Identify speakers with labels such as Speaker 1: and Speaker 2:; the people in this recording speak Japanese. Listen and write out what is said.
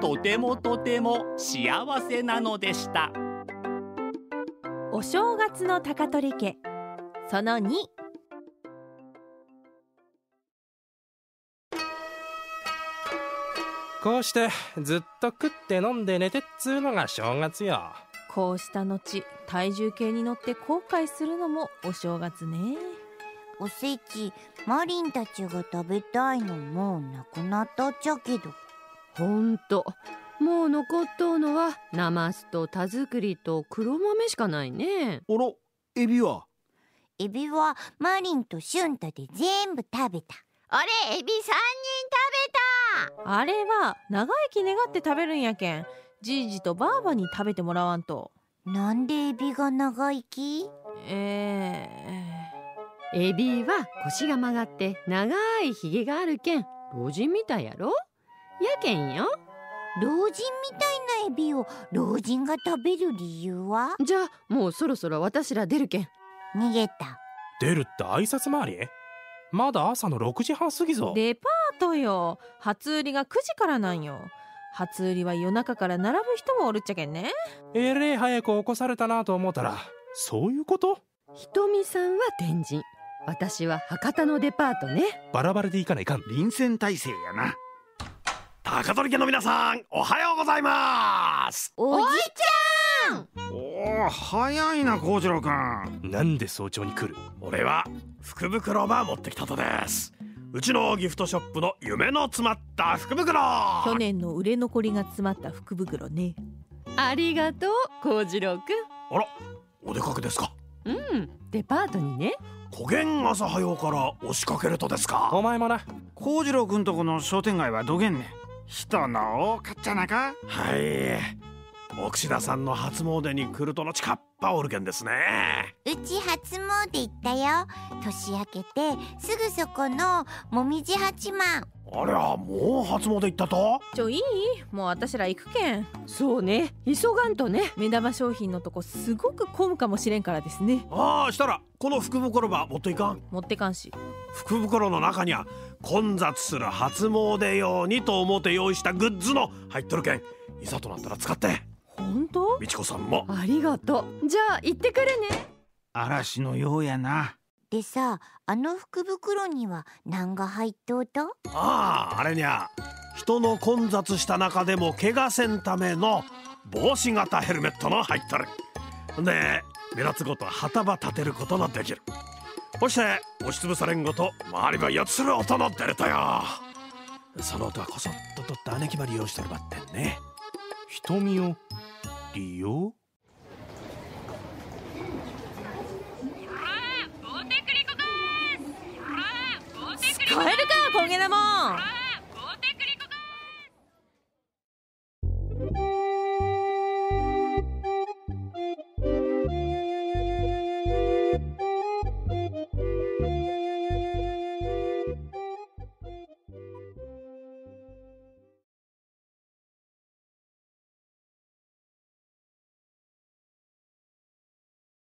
Speaker 1: とてもとても幸せなのでした
Speaker 2: お正月の高取家その2
Speaker 3: こうしてずっと食って飲んで寝てっつうのが正月よ
Speaker 2: こうした後体重計に乗って後悔するのもお正月ね
Speaker 4: おせちマリンたちが食べたいのもうなくなったっちゃけど
Speaker 5: ほんともう残っとうのはナマスと田作りと黒豆しかないね
Speaker 6: あらエビは
Speaker 4: エビはマリンとシュンタで全部食べた
Speaker 7: あれエビ3人食べ
Speaker 2: あれは長生き願って食べるんやけんじいじとばあばに食べてもらわんと
Speaker 4: なんでエビが長生き
Speaker 2: え
Speaker 5: エビは腰が曲がって長いひげがあるけん老人みたいやろやけんよ
Speaker 4: 老人みたいなエビを老人が食べる理由は
Speaker 5: じゃあもうそろそろ私ら出るけん
Speaker 4: 逃げた
Speaker 3: 出るって挨拶回りまだ朝の6時半過ぎぞ
Speaker 2: ー、デパートよ初売りが9時からなんよ初売りは夜中から並ぶ人もおるっちゃけんね
Speaker 3: えれえ早く起こされたなと思ったらそういうこと
Speaker 5: ひとみさんは天神私は博多のデパートね
Speaker 3: バラバラで行かないかん
Speaker 6: 臨戦態勢やな高取家の皆さんおはようございます
Speaker 4: おじ
Speaker 6: おお早いな幸次郎くん
Speaker 3: なんで早朝に来る
Speaker 6: 俺は福袋ば持ってきたとですうちのギフトショップの夢の詰まった福袋
Speaker 2: 去年の売れ残りが詰まった福袋ね
Speaker 5: ありがとう幸次郎く
Speaker 6: あらお出かけですか
Speaker 5: んうんデパートにね
Speaker 6: 古言朝早から押しかけるとですか
Speaker 3: お前もな
Speaker 8: 幸次郎くんとこの商店街はどげんねん人の多かっちゃなか
Speaker 6: はい奥志田さんの初詣に来るとのちかっぱおるけんですね
Speaker 4: うち初詣行ったよ年明けてすぐそこのもみじ八幡
Speaker 6: ありゃもう初詣行ったと
Speaker 2: ちょいいもう私ら行くけん
Speaker 5: そうね急がんとね
Speaker 2: 目玉商品のとこすごく混むかもしれんからですね
Speaker 6: ああしたらこの福袋ば持っていかん
Speaker 2: 持ってかんし
Speaker 6: 福袋の中には混雑する初詣用にと思って用意したグッズの入っとるけんいざとなったら使って
Speaker 2: 本当
Speaker 6: 美智子さんも
Speaker 5: ありがとうじゃあ行ってくるね
Speaker 8: 嵐のようやな
Speaker 4: でさあの福袋には何が入っとうと
Speaker 6: あああれにゃ人の混雑した中でも怪我せんための帽子型ヘルメットの入っとるで目立つごと旗ば立てることのできるそして押しつぶされんごと周りば四つする音の出るとよその音はこそっと取った姉貴ば利用してるばってんね
Speaker 3: 瞳を利用
Speaker 2: 使えるかこげなもん